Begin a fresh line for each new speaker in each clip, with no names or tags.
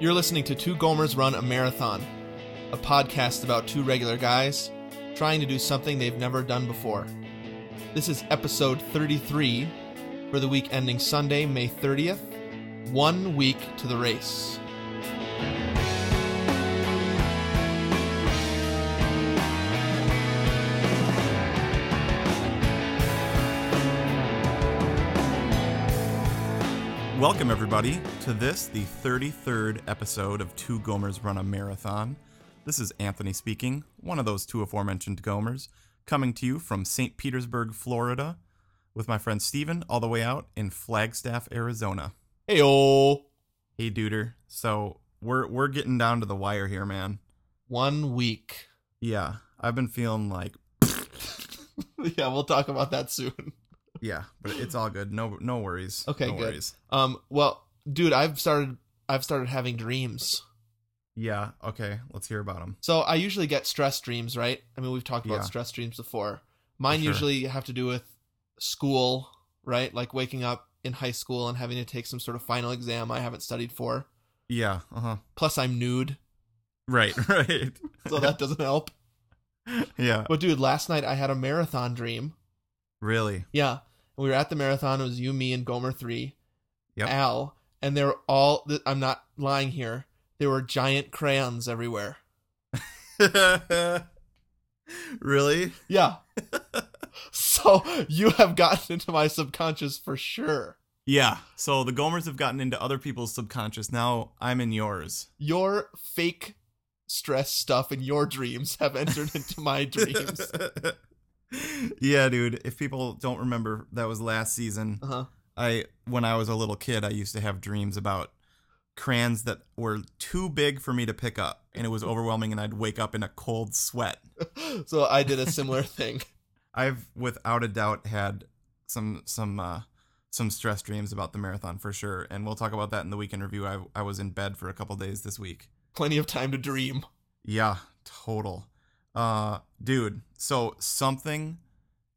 You're listening to Two Gomers Run a Marathon, a podcast about two regular guys trying to do something they've never done before. This is episode 33 for the week ending Sunday, May 30th, one week to the race.
Welcome, everybody, to this, the 33rd episode of Two Gomers Run a Marathon. This is Anthony speaking, one of those two aforementioned Gomers, coming to you from St. Petersburg, Florida, with my friend Steven, all the way out in Flagstaff, Arizona.
Hey, oh,
Hey, Duder. So we're we're getting down to the wire here, man.
one week.
Yeah, I've been feeling like
yeah, we'll talk about that soon.
yeah, but it's all good. No no worries.
Okay,
no
good.
worries.
Um, well, dude, I've started. I've started having dreams.
Yeah. Okay. Let's hear about them.
So I usually get stress dreams, right? I mean, we've talked about
Yeah.
stress dreams before. Mine
sure.
usually have to do with school, right? Like waking up in high school and having to take some sort of final exam I haven't studied for.
Yeah. Uh huh.
Plus, I'm nude,
Right. Right.
so that doesn't help.
yeah.
But dude, last night I had a marathon dream.
Really.
Yeah, we were at the marathon. It was you, me, and Gomer three,
Yep.
Al, and they were all. th- I'm not lying here. There were giant crayons everywhere.
really?
Yeah. so you have gotten into my subconscious for sure.
Yeah. So the Gomers have gotten into other people's subconscious. Now I'm in yours.
Your fake stress stuff and your dreams have entered into my dreams.
yeah, dude. If people don't remember, that was last season.
Uh-huh.
I when I was a little kid, I used to have dreams about crayons that were too big for me to pick up, and it was overwhelming, and I'd wake up in a cold sweat.
So I did a similar thing.
I've without a doubt had some some uh, some stress dreams about the marathon for sure, and we'll talk about that in the weekend review. I I was in bed for a couple days this week.
Plenty of time to dream.
Yeah, total. Uh, dude, so something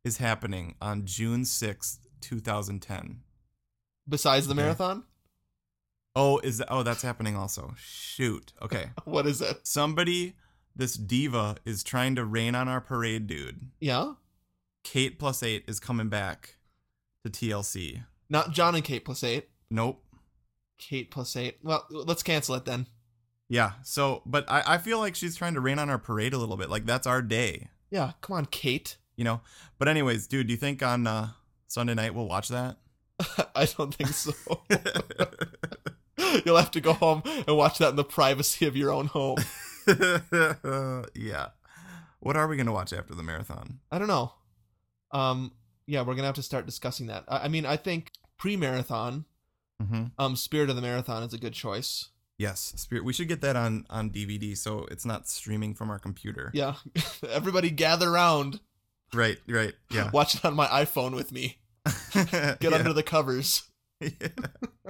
is happening on June sixth, two thousand ten.
Besides the
Okay.
marathon,
Oh, is that, oh that's happening also? Shoot. Okay,
what is it?
somebody, this diva is trying to rain on our parade, dude.
Yeah,
Kate plus eight is coming back to TLC.
not John and Kate plus eight.
Nope.
Kate plus eight. Well, let's cancel it then.
Yeah. So, but I, I feel like she's trying to rain on our parade a little bit. Like that's our day,
Yeah, come on, Kate.
you know. But anyways, dude, do you think on uh, Sunday night we'll watch that?
I don't think so. You'll have to go home and watch that in the privacy of your own home.
yeah. What are we gonna watch after the marathon?
I don't know. Um, yeah, we're gonna have to start discussing that. I, I mean, I think pre-marathon,
Mm-hmm.
um, Spirit of the Marathon is a good choice.
Yes, Spirit. We should get that on on DVD, so it's not streaming from our computer.
Yeah, everybody gather round.
Right. Right. Yeah.
Watch it on my iPhone with me. Get under the covers.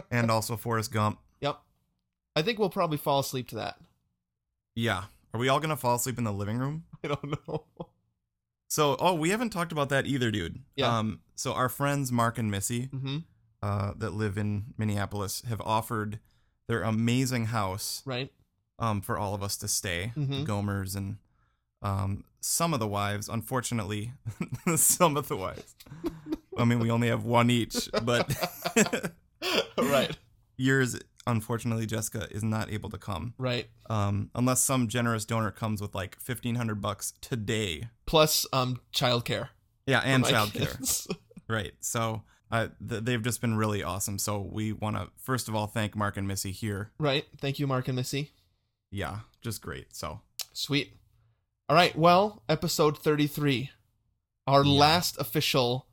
and also Forrest Gump.
Yep. I think we'll probably fall asleep to that.
Yeah. Are we all gonna fall asleep in the living room?
I don't know.
So, oh, we haven't talked about that either, dude.
Yeah.
Um, so our friends Mark and Missy,
Mm-hmm.
uh, that live in Minneapolis, have offered their amazing house
Right.
um for all of us to stay,
Mhm.
the Gomers and um some of the wives. Unfortunately, some of the wives. I mean, we only have one each, but
right.
yours, unfortunately, Jessica is not able to come.
Right.
Um, unless some generous donor comes with like fifteen hundred bucks today.
Plus, um, childcare.
Yeah, and
My
childcare.
kids.
Right. So uh, th- they've just been really awesome. So we want to first of all thank Mark and Missy here.
Right. Thank you, Mark and Missy.
Yeah, just great. So
Sweet. All right. Well, episode 33. Our
Yeah.
last official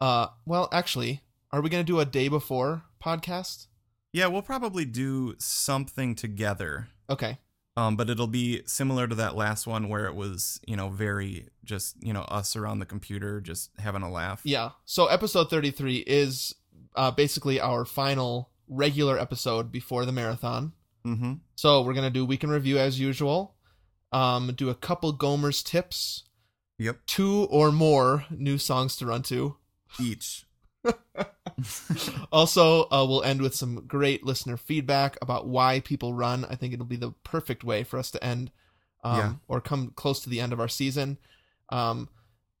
uh well, actually, are we going to do a day before podcast?
yeah, we'll probably do something together.
Okay.
Um, but it'll be similar to that last one where it was, you know, very just, you know, us around the computer just having a laugh.
Yeah. So episode 33 is uh basically our final regular episode before the marathon.
Mm-hmm.
So, we're going to do week in review as usual. Um do a couple Gomer's tips,
Yep.
two or more new songs to run to.
Each.
also, uh, we'll end with some great listener feedback about why people run. I think it'll be the perfect way for us to end um,
Yeah.
or come close to the end of our season. Um,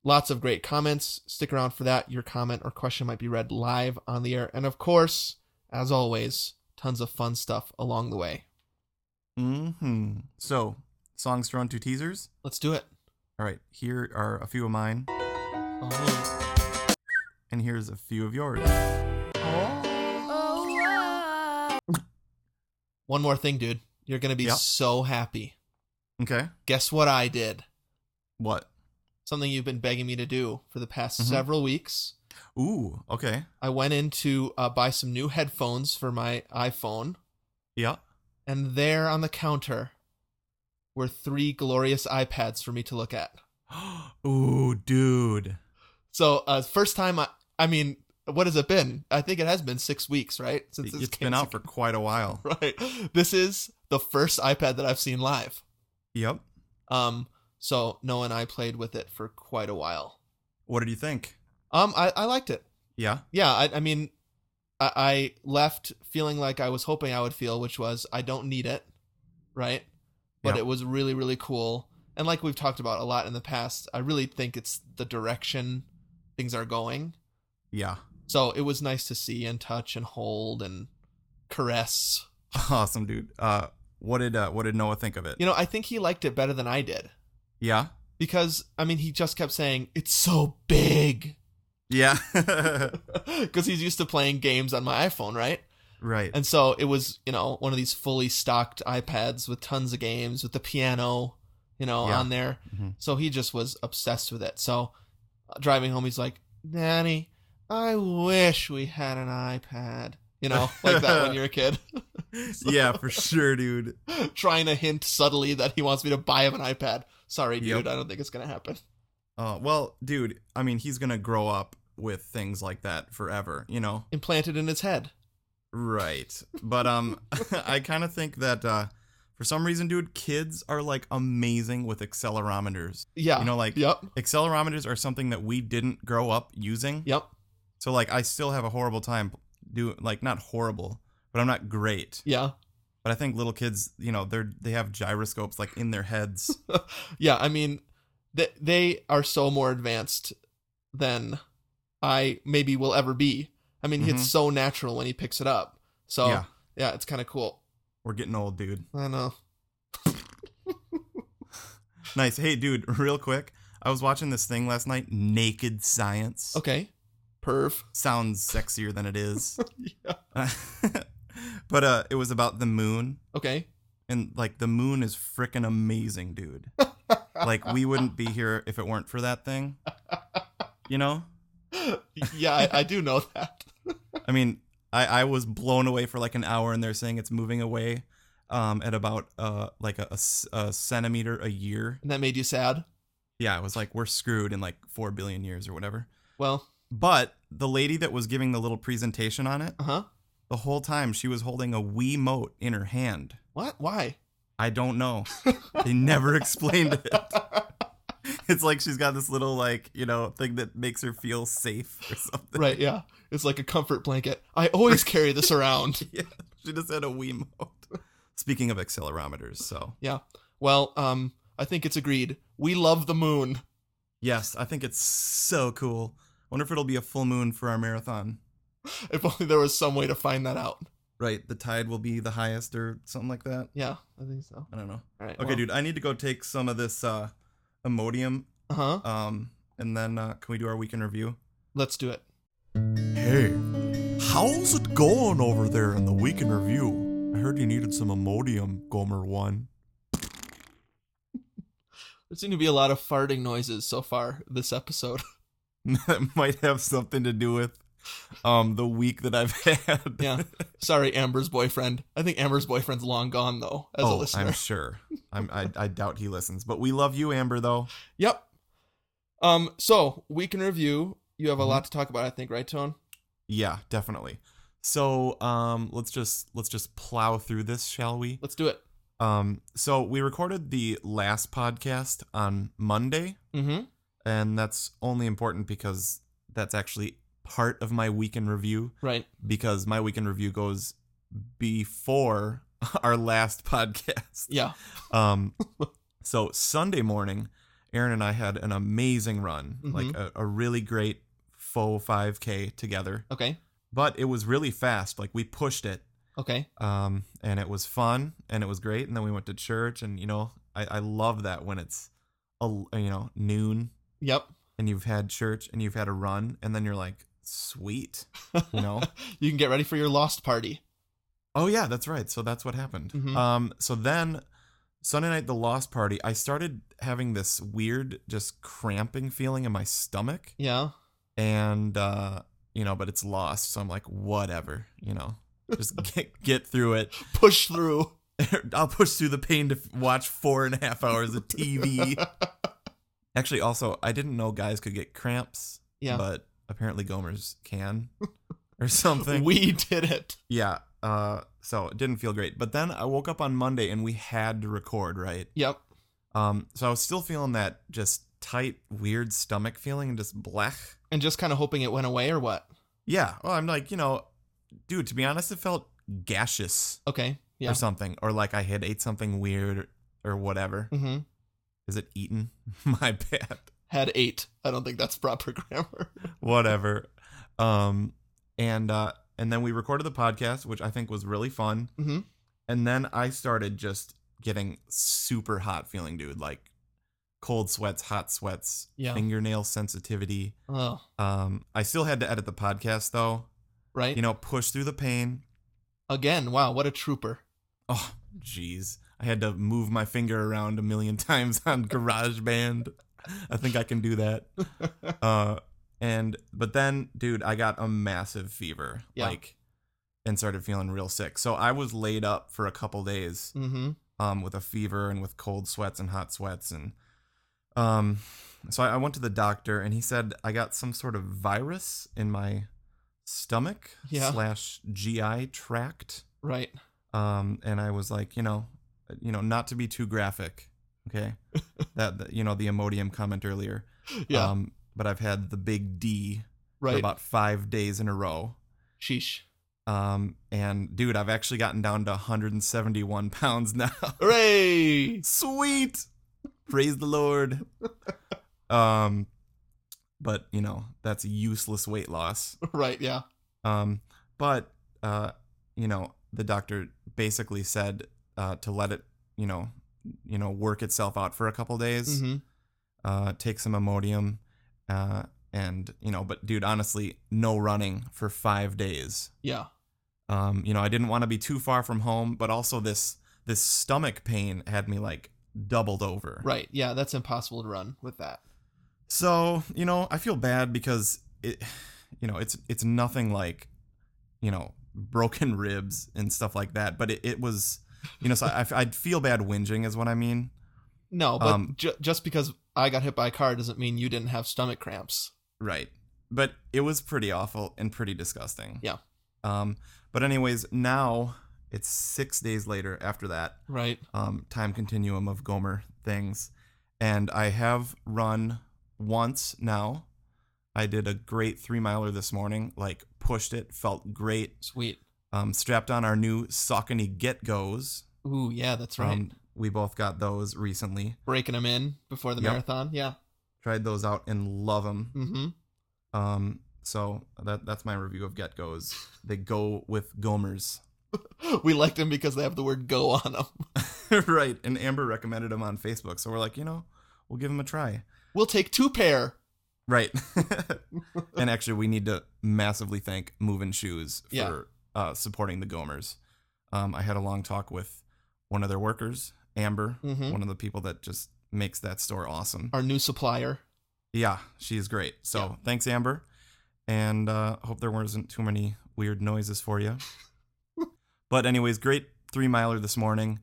lots of great comments. Stick around for that. Your comment or question might be read live on the air. And of course, as always, tons of fun stuff along the way.
hmm So, songs thrown to teasers.
Let's do it.
All right, here are a few of mine,
Oh,
and here's a few of yours.
One more thing, dude. You're going to be
Yeah.
so happy.
Okay,
Guess what I did?
what?
Something you've been begging me to do for the past
Mhm.
several weeks.
Ooh, okay,
I went in to uh, buy some new headphones for my iPhone,
yeah.
and there on the counter were three glorious iPads for me to look at.
Ooh, dude.
So, uh, first time I, I mean, what has it been? I think it has been six weeks, right? Since this
it's
came-
been out for quite a while.
right. This is the first iPad that I've seen live.
Yep.
Um, so Noah and I played with it for quite a while.
What did you think?
Um, I, I liked it.
Yeah.
yeah i, I mean I, I left feeling like i was hoping i would feel which was i don't need it right but
Yeah.
it was really really cool and like we've talked about a lot in the past i really think it's the direction things are going
Yeah.
so it was nice to see and touch and hold and caress
Awesome, dude. Uh, what did uh, what did Noah think of it?
you know i think he liked it better than i did
Yeah.
because i mean he just kept saying it's so big
Yeah.
because he's used to playing games on my iphone right
right.
And so it was, you know, one of these fully stocked iPads with tons of games, with the piano, you know,
Yeah.
on there.
Mhm.
So he just was obsessed with it. So uh, driving home, he's like, Nanny, I wish we had an iPad. You know, like that when you're a kid,
yeah, for sure, dude.
trying to hint subtly that he wants me to buy him an iPad. Sorry, dude,
Yep.
I don't think it's going to happen.
Uh, well, dude. I mean, he's gonna grow up with things like that forever. You know.
Implanted in his head.
Right. But um, I kind of think that uh, for some reason, dude, kids are like amazing with accelerometers.
Yeah.
You know, like
yep.
accelerometers are something that we didn't grow up using.
Yep.
So like, I still have a horrible time do like not horrible, but I'm not great.
Yeah.
But I think little kids, you know, they're they have gyroscopes like in their heads.
yeah, I mean, they they are so more advanced than I maybe will ever be. I mean,
Mhm.
it's so natural when he picks it up. So
Yeah.
yeah, it's kind of cool.
We're getting old, dude.
I know.
Nice. Hey, dude, real quick. I was watching this thing last night, Naked Science.
Okay, perv.
Sounds sexier than it is.
Yeah.
but uh it was about the moon
Okay.
and like the moon is freaking amazing, dude. like we wouldn't be here if it weren't for that thing. You know?
yeah, I, I do know that.
I mean, I, I was blown away for like an hour, and they're saying it's moving away um, at about uh, like a, a s- a centimeter a year.
And that made you sad.
Yeah, it was like we're screwed in like four billion years or whatever.
Well,
But the lady that was giving the little presentation on it,
uh huh.
the whole time she was holding a Wiimote in her hand.
What? Why?
I don't know. they never explained it. It's like she's got this little like you know thing that makes her feel safe or something.
Right. Yeah. It's like a comfort blanket. I always carry this around.
Yeah, she just had a Wiimote. Speaking of accelerometers, so
Well, um, I think it's agreed. We love the moon.
Yes, I think it's so cool. Wonder if it'll be a full moon for our marathon.
If only there was some way to find that out.
Right, the tide will be the highest or something like that.
Yeah, I think so.
I don't know.
All right.
Okay, dude, I need to go take some of this uh Imodium
Uh huh.
um and then uh can we do our weekend review?
Let's do it.
Hey, how's it going over there in the weekend review? I heard you needed some Imodium, Gomer 1.
There seem to be a lot of farting noises so far this episode.
that might have something to do with um the week that I've had.
Yeah. Sorry, Amber's boyfriend. I think Amber's boyfriend's long gone though, as a
oh,
listener.
I'm sure. I'm, I, I doubt he listens, but we love you, Amber, though.
Yep. Um. So week in review. You have a
Mhm.
lot to talk about, I think, right, Tone?
Yeah, definitely. So um, let's just let's just plow through this, shall we?
Let's do it.
Um, so we recorded the last podcast on Monday,
Mm-hmm.
and that's only important because that's actually part of my weekend review
Right.
because my weekend review goes before our last podcast.
Yeah.
Um, so Sunday morning, Aaron and I had an amazing run, like a, a really great faux 5K together.
Okay.
But it was really fast. Like we pushed it,
Okay.
um, and it was fun, and it was great. And then we went to church, and you know, I, I love that when it's, a, you know, noon
Yep.
and you've had church and you've had a run, and then you're like, sweet, you know.
You can get ready for your lost party.
Oh yeah, that's right. So that's what happened.
Mhm.
Um, so then Sunday night, the lost party. I started having this weird, just cramping feeling in my stomach,
Yeah.
and uh, you know, but it's lost. So I'm like, whatever, you know, just get get through it.
Push through.
I'll push through the pain to f- watch four and a half hours of TV. Actually, also, I didn't know guys could get cramps,
Yeah.
but apparently Gomers can or something.
We did it.
Yeah. Uh, so it didn't feel great. But then I woke up on Monday and we had to record, right?
Yep.
Um, so I was still feeling that just tight, weird stomach feeling and just blech.
And just kind of hoping it went away or what?
Yeah. Well, I'm like, you know, dude, to be honest, it felt gaseous
Okay. Yeah.
or something, or like I had ate something weird or whatever.
Mm-hmm.
Is it eaten? My bad.
Had eight. I don't think that's proper grammar.
whatever. Um, and uh, and then we recorded the podcast, which I think was really fun.
Mhm.
And then I started just getting super hot feeling, dude, like cold sweats, hot sweats,
Yeah.
fingernail sensitivity.
Oh.
Um, I still had to edit the podcast though.
Right.
You know, push through the pain.
Again. Wow. What a trooper.
Oh, jeez. I had to move my finger around a million times on GarageBand. I think I can do that. Uh, and but then, dude, I got a massive fever,
Yeah.
like, and started feeling real sick. So I was laid up for a couple days,
Mm-hmm.
um, with a fever and with cold sweats and hot sweats, and um, so I, I went to the doctor, and he said I got some sort of virus in my stomach
Yeah.
slash GI tract
Right.
um, and I was like, you know, you know, not to be too graphic, okay? that that- you know the Imodium comment earlier.
Yeah.
Um, but I've had the big D for
right.
about five days in a row.
Sheesh.
Um, and dude, I've actually gotten down to 171 pounds now.
Hooray!
Sweet, praise the Lord. um, but you know that's useless weight loss.
Right. Yeah.
Um, but uh, you know, the doctor basically said uh, to let it, you know, you know, work itself out for a couple days.
Mm-hmm.
Uh, take some Imodium, uh, and you know, but dude, honestly, no running for five days.
Yeah.
Um, you know, I didn't want to be too far from home, but also this this stomach pain had me like doubled over.
Right. Yeah. That's impossible to run with that.
So you know, I feel bad because it, you know, it's it's nothing like, you know, broken ribs and stuff like that. But it, it was, you know, so I, I'd feel bad whinging is what I mean.
No, but
Um,
ju- just because I got hit by a car doesn't mean you didn't have stomach cramps.
Right. But it was pretty awful and pretty disgusting.
Yeah.
Um. But anyways, now it's six days later after that
Right.
um, time continuum of Gomer things, and I have run once now. I did a great three miler this morning. Like pushed it, felt great.
Sweet.
Um, strapped on our new Saucony Get Goes.
Ooh, yeah, that's right.
Um, we both got those recently.
Breaking them in before the
Yep.
marathon. Yeah.
Tried those out and love them.
Mm-hmm.
Um, so that that's my review of Get Goes. They go with Gomers.
We liked them because they have the word "go" on them.
right. And Amber recommended them on Facebook, so we're like, you know, we'll give them a try.
We'll take two pair.
Right. and actually, we need to massively thank Moving Shoes for
Yeah.
uh, supporting the Gomers. Um, I had a long talk with one of their workers, Amber,
Mhm.
one of the people that just makes that store awesome.
Our new supplier.
yeah, she's great. So
Yeah.
thanks, Amber. And uh, hope there wasn't too many weird noises for you. but, anyways, great three miler this morning.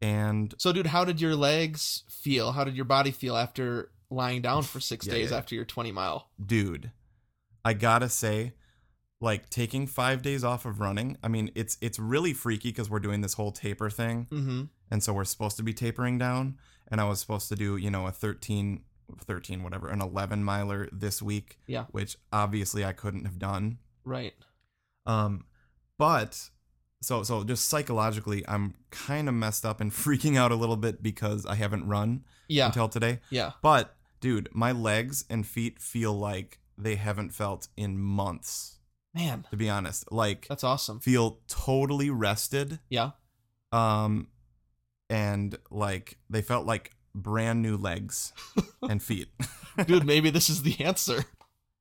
And
So, dude, how did your legs feel? How did your body feel after lying down for six
Yeah,
days
yeah.
after your twenty mile?
dude, I gotta say, like taking five days off of running. I mean, it's it's really freaky because we're doing this whole taper thing,
Mm-hmm.
and so we're supposed to be tapering down, and I was supposed to do you know a thirteen 13, whatever, an 11 miler this week.
Yeah.
Which obviously I couldn't have done.
Right.
Um, but so so just psychologically, I'm kind of messed up and freaking out a little bit because I haven't run
Yeah.
until today.
yeah.
But dude, my legs and feet feel like they haven't felt in months.
Man,
To be honest, like
that's awesome.
feel totally rested.
Yeah.
Um, and like they felt like brand new legs and feet.
Dude, maybe this is the answer.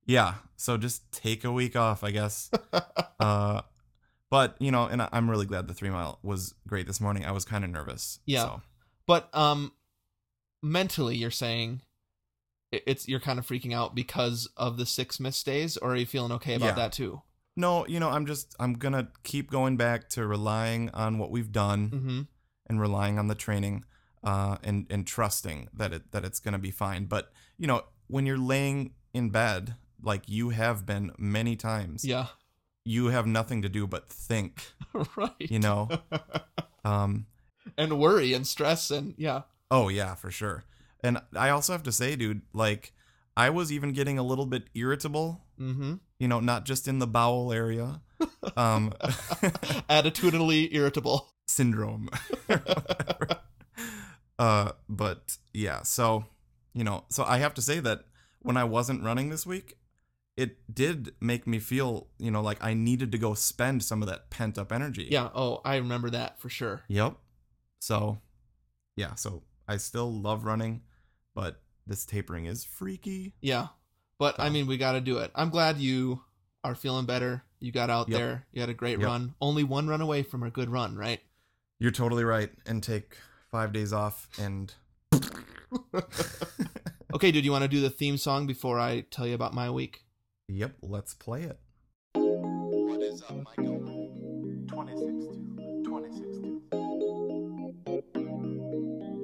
Yeah. So just take a week off, I guess. uh, but you know, and I- I'm really glad the three mile was great this morning. I was kind of nervous.
Yeah.
So.
But um mentally you're saying it- it's you're kind of freaking out because of the six missed days or are you feeling okay about
Yeah.
that too?
No, you know, I'm just I'm gonna keep going back to relying on what we've done
Mhm.
and relying on the training, uh, and and trusting that it that it's gonna be fine. But you know, when you're laying in bed like you have been many times,
Yeah.
you have nothing to do but think.
right.
You know. um.
and worry and stress and yeah.
Oh yeah, for sure. And I also have to say, dude, like I was even getting a little bit irritable,
Mhm.
you know, not just in the bowel area. Um
Attitudinally irritable.
syndrome. Whatever. uh but yeah, so you know, so I have to say that when I wasn't running this week, it did make me feel, you know, like I needed to go spend some of that pent up energy.
Yeah, oh, I remember that for sure.
Yep. So, yeah, so I still love running, but this tapering is freaky.
Yeah. But I
So.
mean, we got to do it. I'm glad you are feeling better. You got out
Yep.
there. You had a great
Yep.
run. Only one run away from a good run, right?
You're totally right. And take five days off and.
Okay, dude, you want to do the theme song before I tell you about my week?
yep, let's play it.
What is up, Michael? 26-2, 26-2.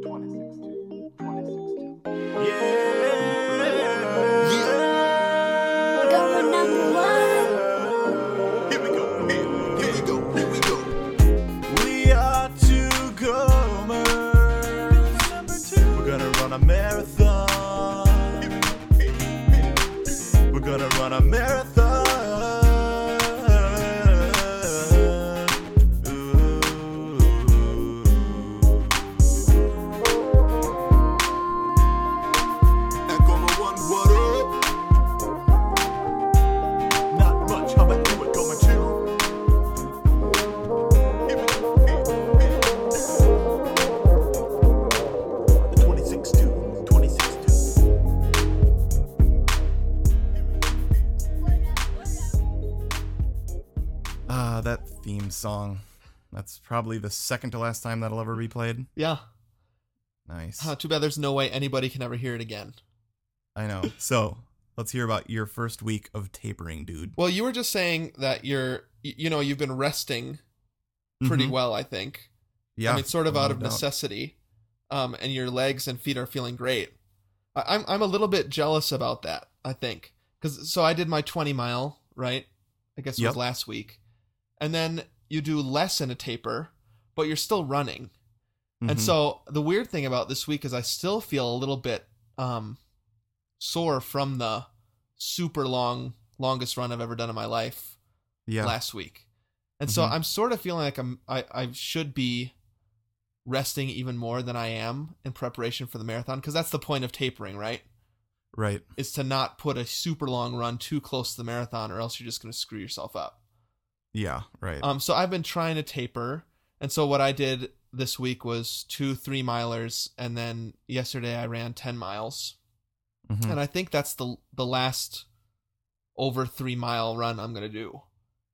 26-2, 26-2.
Gomer number one.
Here we go, here, here we go, here we go.
We are two gomers. We're gonna run a marathon. We're gonna run a marathon. Ooh.
Echo one, what up?
Not much, how about you? We're going two.
Here we go, here, here.
The 26-2, 26-2.
Ah, that theme song. That's probably the second to last time that'll ever be played.
Yeah.
Nice.
Huh, too bad there's no way anybody can ever hear it again.
I know. So, let's hear about your first week of tapering, dude.
Well, you were just saying that you're, y- you know, you've been resting pretty
Mhm.
well, I think.
Mm-hmm. Yeah.
I mean, sort of out
no
of
doubt.
necessity. Um, and your legs and feet are feeling great. I, I'm I'm a little bit jealous about that. I think because so I did my 20 mile right. I guess it
Yep.
was last week, and then you do less in a taper, but you're still running. And
Mhm.
so the weird thing about this week is I still feel a little bit um, sore from the super long longest run I've ever done in my life
yeah.
last week. And so
Mhm.
I'm sort of feeling like I'm I, I should be resting even more than I am in preparation for the marathon because that's the point of tapering, right?
right.
Is to not put a super long run too close to the marathon or else you're just going to screw yourself up.
Yeah, right.
Um so I've been trying to taper and so what I did this week was two 3 milers and then yesterday I ran 10 miles.
Mhm.
And I think that's the the last over 3 mile run I'm going to do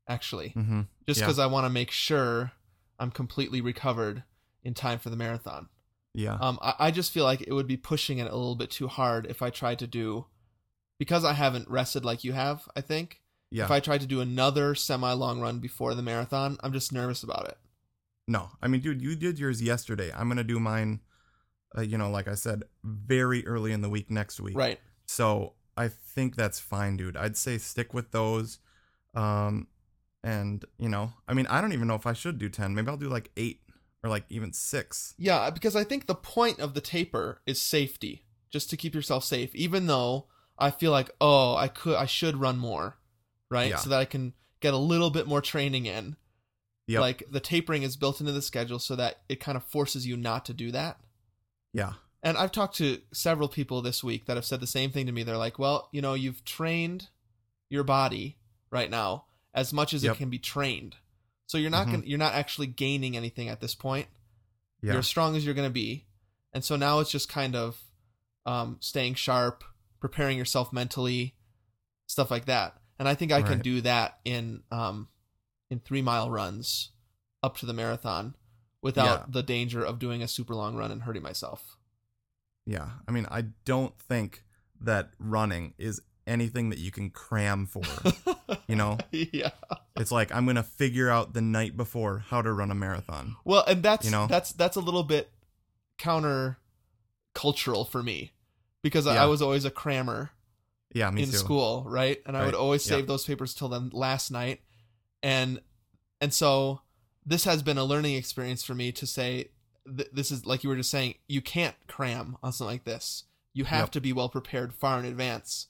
actually
Mhm.
just
Yeah.
because I want to make sure I'm completely recovered in time for the marathon.
Yeah.
Um, I, I just feel like it would be pushing it a little bit too hard if I tried to do, because I haven't rested like you have. I think
yeah.
if I tried to do another semi long run before the marathon, I'm just nervous about it.
No, I mean, dude, you did yours yesterday. I'm gonna do mine. Uh, you know, like I said, very early in the week next week.
Right?
So I think that's fine, dude. I'd say stick with those. Um, and you know, I mean, I don't even know if I should do ten. Maybe I'll do like eight or like even six.
Yeah, because I think the point of the taper is safety. just to keep yourself safe, even though I feel like, oh, I could, I should run more, right?
Yeah.
So that I can get a little bit more training in.
Yep.
Like the tapering is built into the schedule so that it kind of forces you not to do that.
Yeah.
And I've talked to several people this week that have said the same thing to me. They're like, well, you know, you've trained your body right now as much as
Yep.
it can be trained. So you're not
Mhm.
gonna you're not actually gaining anything at this point.
Yeah.
You're as strong as you're gonna be. And so now it's just kind of um, staying sharp, preparing yourself mentally, stuff like that. And I think I can
Right.
do that in um, in three mile runs up to the marathon without
Yeah.
the danger of doing a super long run and hurting myself.
Yeah. I mean, I don't think that running is anything that you can cram for. you know,
yeah.
it's like I'm going to figure out the night before how to run a marathon.
Well, and that's
You know?
that's that's a little bit counter cultural for me because I
Yeah.
I was always a crammer
Yeah, me
in
too.
school, right? And I would
Right,
always
yeah.
save those papers till then last night, and and so this has been a learning experience for me to say th- this is like you were just saying you can't cram on something like this. You have
Yep.
to be well prepared far in advance.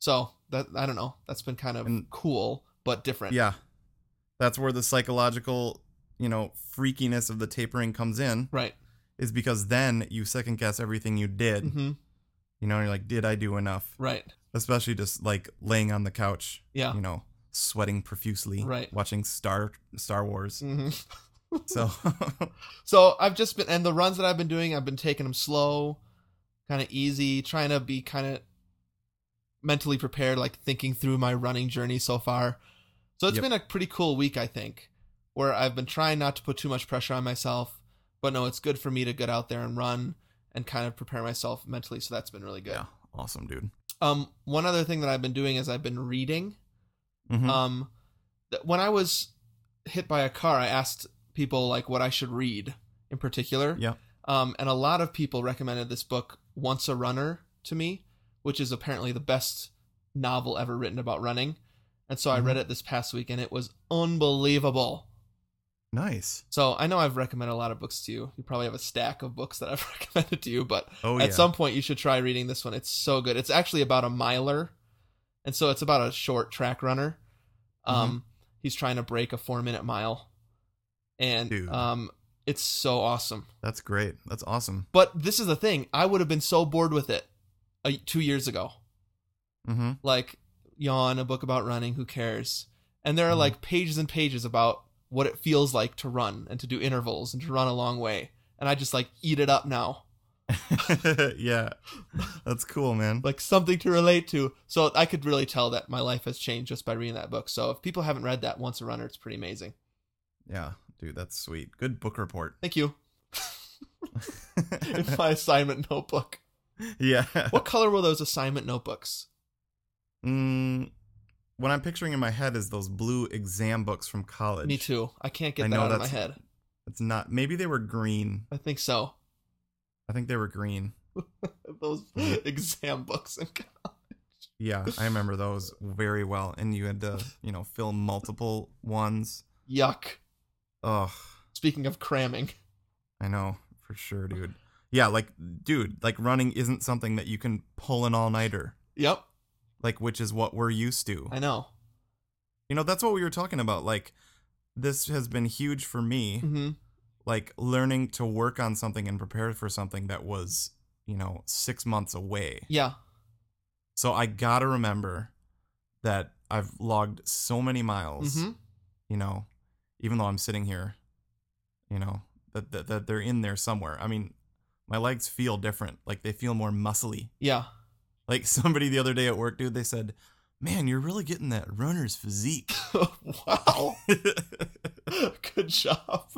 So that I don't know. That's been kind of
And-
cool but different.
Yeah. That's where the psychological, you know, freakiness of the tapering comes in
Right.
is because then you second guess everything you did.
hmm
You know, you're like, did I do enough?
Right.
Especially just like laying on the couch,
Yeah.
you know, sweating profusely,
Right.
watching Star Star Wars.
hmm
So
So I've just been, and the runs that I've been doing, I've been taking them slow, kind of easy, trying to be kind of mentally prepared, like thinking through my running journey so far. So it's
Yep.
been a pretty cool week, I think, where I've been trying not to put too much pressure on myself, but no, it's good for me to get out there and run and kind of prepare myself mentally. So that's been really good.
yeah, awesome, dude.
Um, one other thing that I've been doing is I've been reading.
Mhm.
Um, th- when I was hit by a car, I asked people like what I should read in particular.
Yeah.
Um, and a lot of people recommended this book, Once a Runner, to me, which is apparently the best novel ever written about running. And so
Mm-hmm.
I read it this past week, and it was unbelievable.
nice.
So I know I've recommended a lot of books to you. You probably have a stack of books that I've recommended to you, but
Oh
at
yeah.
some point you should try reading this one. It's so good. It's actually about a miler, and so it's about a short track runner.
Mm-hmm.
Um, he's trying to break a four minute mile, and
Dude.
um, it's so awesome.
That's great. That's awesome.
But this is the thing: I would have been so bored with it uh, two years ago.
Mm-hmm.
Like, yawn, a book about running. Who cares? And there are
Mhm.
like pages and pages about what it feels like to run and to do intervals and to run a long way. And I just like eat it up now.
yeah. That's cool, man.
like something to relate to. So I could really tell that my life has changed just by reading that book. So if people haven't read that Once a Runner, it's pretty amazing.
yeah, dude, that's sweet. Good book report.
Thank you. In my assignment notebook.
yeah.
What color were those assignment notebooks?
Mm, what I'm picturing in my head is those blue exam books from college.
Me too. I can't get
I
that
know
out of my
that's-
head.
It's not. Maybe they were green.
I think so.
I think they were green.
Those
Hmm.
exam books. and
Yeah, I remember those very well. And you had to, you know, fill multiple ones.
Yuck.
Ugh,
Speaking of cramming.
I know for sure, dude. Yeah, like, dude, like running isn't something that you can pull an all nighter,
Yep,
like, which is what we're used to.
I know.
You know, that's what we were talking about. Like, this has been huge for me.
hmm
Like, learning to work on something and prepare for something that was, you know, six months away.
Yeah,
So I gotta remember that I've logged so many miles,
Mhm.
you know, even though I'm sitting here, you know, that, that that they're in there somewhere. I mean, my legs feel different. Like they feel more muscly.
yeah.
Like somebody the other day at work, dude, they said, Man, you're really getting that runner's physique.
wow. Good job.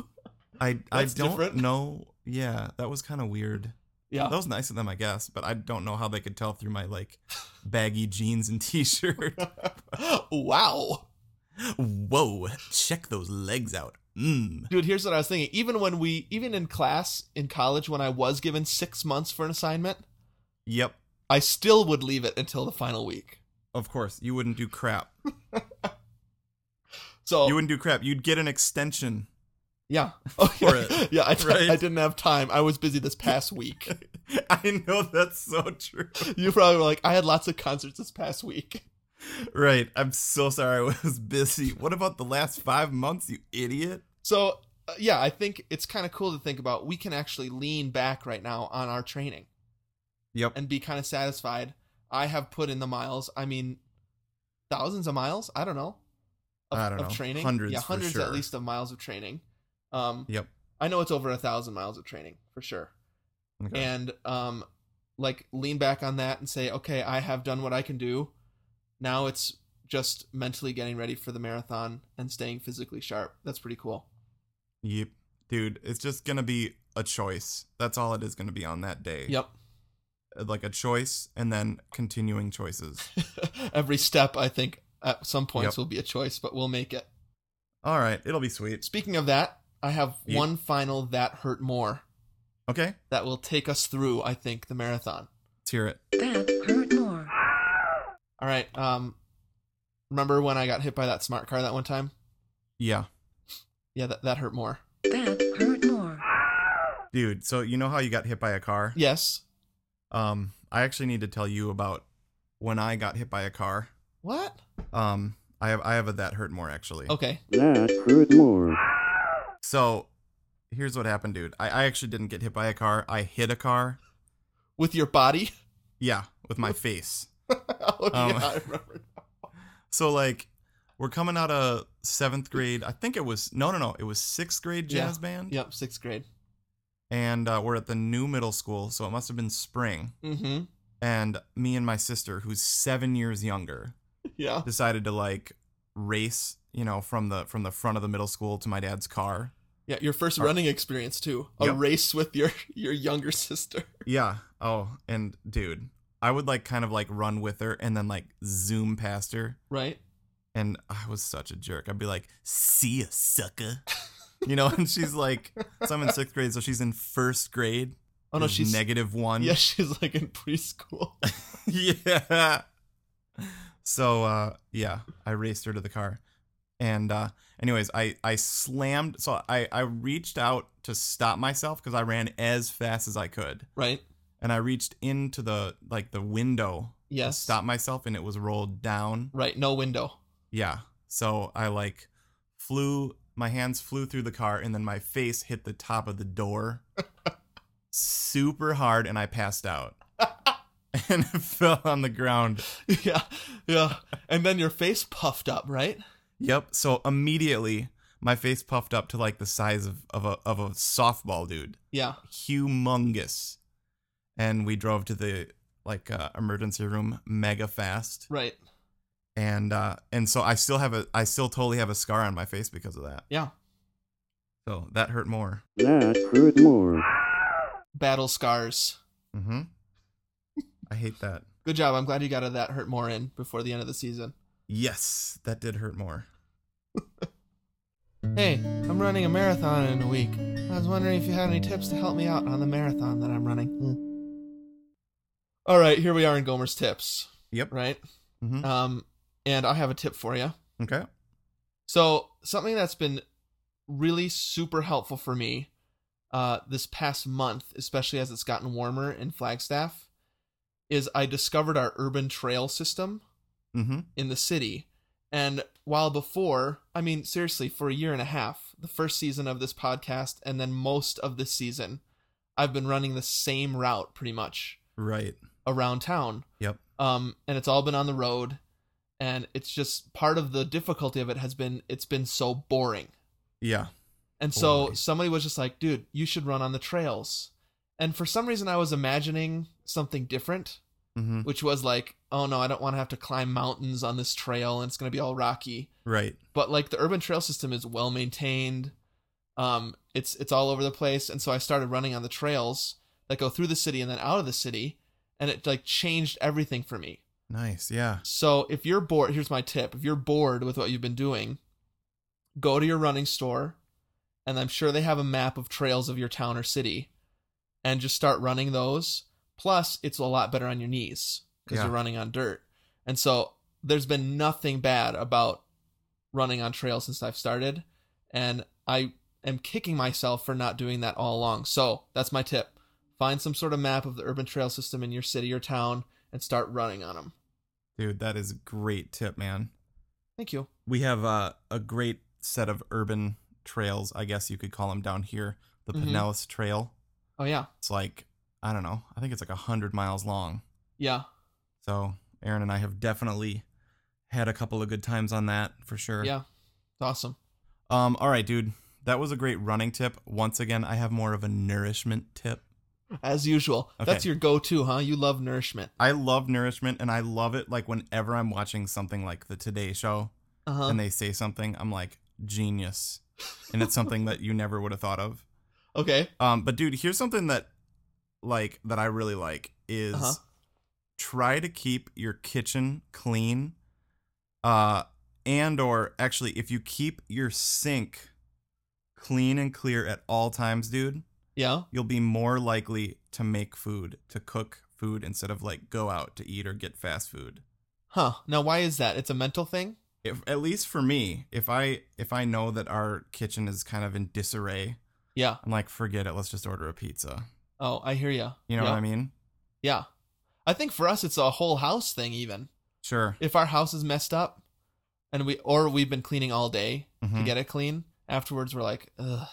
I I
That's
don't
different.
know. Yeah, that was kind of weird.
Yeah.
That was nice of them, I guess, but I don't know how they could tell through my like baggy jeans and t-shirt.
wow.
Whoa, check those legs out. Mmm.
Dude, here's what I was thinking. Even when we, even in class in college, when I was given six months for an assignment,
Yep.
I still would leave it until the final week.
Of course, you wouldn't do crap.
So
You wouldn't do crap. You'd get an extension.
Yeah. Oh,
For
yeah.
it,
yeah, I,
right?
I didn't have time. I was busy this past week.
I know that's so true.
you probably were like, I had lots of concerts this past week.
Right. I'm so sorry. I was busy. What about the last five months, you idiot?
So, uh, yeah, I think it's kind of cool to think about. We can actually lean back right now on our training
Yep.
and be kind of satisfied. I have put in the miles. I mean, thousands of miles. I don't know. Of,
I don't
of
know.
training.
Hundreds
yeah,
for
hundreds at
sure.
least of miles of training. Um,
Yep.
I know it's over a thousand miles of training for sure.
Okay.
and um like lean back on that and say okay i have done what i can do now it's just mentally getting ready for the marathon and staying physically sharp that's pretty cool
Yep. Dude, it's just going to be a choice. That's all it is going to be on that day.
yep
Like a choice and then continuing choices.
every step i think at some points
Yep.
will be a choice but we'll make it
all right. It'll be sweet.
speaking of that i have
Ye-
one final that hurt more
Okay.
that will take us through i think the marathon
Let's hear it.
That hurt more.
all right um remember when i got hit by that smart car that one time
Yeah.
yeah that, that hurt more
That hurt more.
Dude, so you know how you got hit by a car?
yes
Um, I actually need to tell you about when I got hit by a car.
what
Um, I have I have a that hurt more actually.
okay
That hurt more.
So here's what happened, dude. I, I actually didn't get hit by a car. I hit a car.
with your body
Yeah, with my face.
oh,
Um,
yeah, I remember.
So like we're coming out of seventh grade. I think it was no no no, it was sixth grade
Yeah,
jazz band.
Yep, sixth grade.
And uh, we're at the new middle school, so it must have been spring.
Mm-hmm.
And me and my sister, who's seven years younger,
Yeah.
decided to like race, you know, from the from the front of the middle school to my dad's car.
Yeah, your first running experience too. A
Yep.
race with your your younger sister.
Yeah. Oh, and dude, I would like kind of like run with her and then like zoom past her.
Right?
And I was such a jerk. I'd be like, see ya, sucker. You know, and she's like, so I'm in sixth grade, so she's in first grade.
Oh no,
is
she's
negative one.
Yeah, she's like in preschool.
yeah. So uh yeah, I raced her to the car. And uh anyways, I I slammed so I I reached out to stop myself cuz I ran as fast as I could.
right?
And I reached into the like the window to
Yes.
stop myself and it was rolled down.
Right, no window.
Yeah. So I like flew my hands flew through the car and then my face hit the top of the door super hard and I passed out. and I fell on the ground.
yeah. Yeah. And then your face puffed up, right?
Yep. So immediately my face puffed up to like the size of, of a of a softball dude.
Yeah.
Humongous. And we drove to the like uh, emergency room mega fast.
Right.
And uh and so I still have a I still totally have a scar on my face because of that.
Yeah.
So that hurt more.
That hurt more.
Battle scars.
Mm-hmm. I hate that.
Good job. I'm glad you got a that hurt more in before the end of the season.
Yes, that did hurt more.
Hey, I'm running a marathon in a week. I was wondering if you had any tips to help me out on the marathon that I'm running. Hmm. All right, here we are in Gomer's tips,
Yep.
right?
Mhm.
Um, and I have a tip for you.
Okay.
So something that's been really super helpful for me uh, this past month, especially as it's gotten warmer in Flagstaff, is I discovered our urban trail system
Mm-hmm.
in the city. And while before, I mean, seriously, for a year and a half, the first season of this podcast and then most of this season, I've been running the same route pretty much
Right.
around town.
Yep.
Um, and it's all been on the road. And it's just part of the difficulty of it has been it's been so boring.
Yeah.
And so
Boy.
somebody was just like, dude, you should run on the trails. And for some reason, I was imagining something different
Mm-hmm.
which was like, oh no, I don't want to have to climb mountains on this trail and it's going to be all rocky.
Right.
But like the urban trail system is well maintained. Um it's it's all over the place and so I started running on the trails that go through the city and then out of the city and it like changed everything for me.
Nice. Yeah.
So if you're bored, here's my tip. If you're bored with what you've been doing, go to your running store and I'm sure they have a map of trails of your town or city and just start running those. Plus, it's a lot better on your knees because
Yeah.
you're running on dirt. And so there's been nothing bad about running on trails since I've started and I am kicking myself for not doing that all along. So that's my tip. Find some sort of map of the urban trail system in your city or town and start running on them.
Dude, that is a great tip, man.
Thank you.
We have uh, a great set of urban trails, I guess you could call them down here. The
Mhm.
Pinellas Trail.
Oh, yeah.
It's like, I don't know, I think it's like 100 miles long.
Yeah.
So Aaron and I have definitely had a couple of good times on that for sure.
Yeah. It's awesome.
Um, all right, dude. That was a great running tip. Once again, I have more of a nourishment tip.
As usual.
Okay.
That's your go to, huh? You love nourishment.
I love nourishment and I love it like whenever I'm watching something like the Today Show
Uh huh.
and they say something, I'm like, genius. And it's something that you never would have thought of.
Okay.
Um, but dude, here's something that like that I really like is
Uh-huh.
try to keep your kitchen clean. Uh and or actually if you keep your sink clean and clear at all times, dude,
Yeah.
you'll be more likely to make food, to cook food instead of like go out to eat or get fast food.
Huh. Now, why is that? It's a mental thing?
If, at least for me, if I if I know that our kitchen is kind of in disarray,
Yeah.
I'm like forget it, let's just order a pizza.
Oh, I hear ya.
You know
yeah.
what I mean?
Yeah. I think for us, it's a whole house thing, even.
Sure.
If our house is messed up and we, or we've been cleaning all day to
Mhm.
get it clean, afterwards we're like, ugh,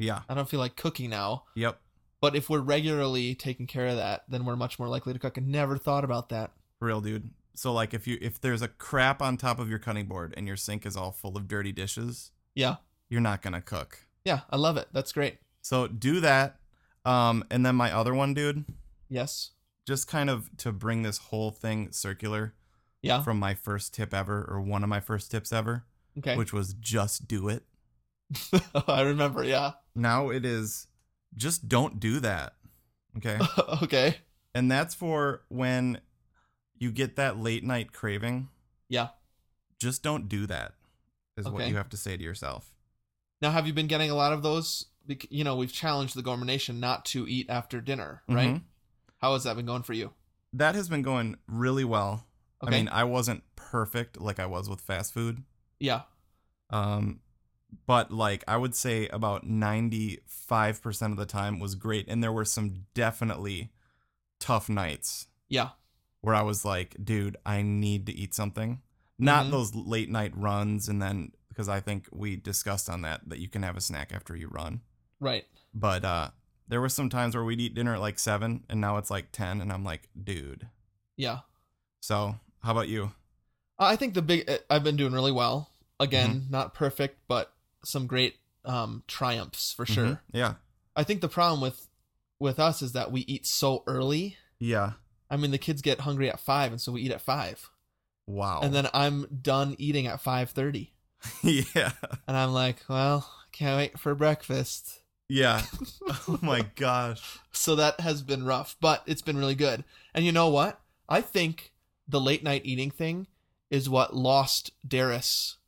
Yeah.
I don't feel like cooking now.
Yep.
But if we're regularly taking care of that, then we're much more likely to cook. I never thought about that.
For Real dude. So like if you if there's a crap on top of your cutting board and your sink is all full of dirty dishes,
Yeah.
you're not gonna cook.
Yeah. I love it. That's great.
So do that. Um and then my other one, dude,
Yes.
just kind of to bring this whole thing circular
Yeah.
from my first tip ever or one of my first tips ever,
Okay.
which was just do it.
I remember. Yeah.
Now it is just don't do that. Okay?
okay.
and that's for when you get that late night craving.
Yeah.
Just don't do that. Is what
Okay.
you have to say to yourself.
Now, have you been getting a lot of those? Bec- You know, we've challenged the Gourmet Nation not to eat after dinner, right?
Mhm.
How has that been going for you?
That has been going really well.
Okay.
I mean, uh I wasn't perfect like I was with fast food.
Yeah.
Um but like I would say about 95% of the time was great and there were some definitely tough nights
Yeah.
where I was like, dude, I need to eat something. Not
Mhm.
those late night runs and then because I think we discussed on that that you can have a snack after you run.
Right.
But uh there were some times where we'd eat dinner at like 7 and now it's like 10 and I'm like, dude.
Yeah.
So, how about you?
I think the big I- I've been doing really well. Again,
Mm-hmm.
not perfect, but some great um triumphs for sure.
Mhm. Yeah.
I think the problem with with us is that we eat so early.
Yeah.
I mean, the kids get hungry at 5 and so we eat at 5.
Wow.
And then I'm done eating at 5:30
yeah.
and I'm like, well, can't wait for breakfast.
Yeah. oh my gosh.
So that has been rough, but it's been really good. And you know what? I think the late night eating thing is what lost Darius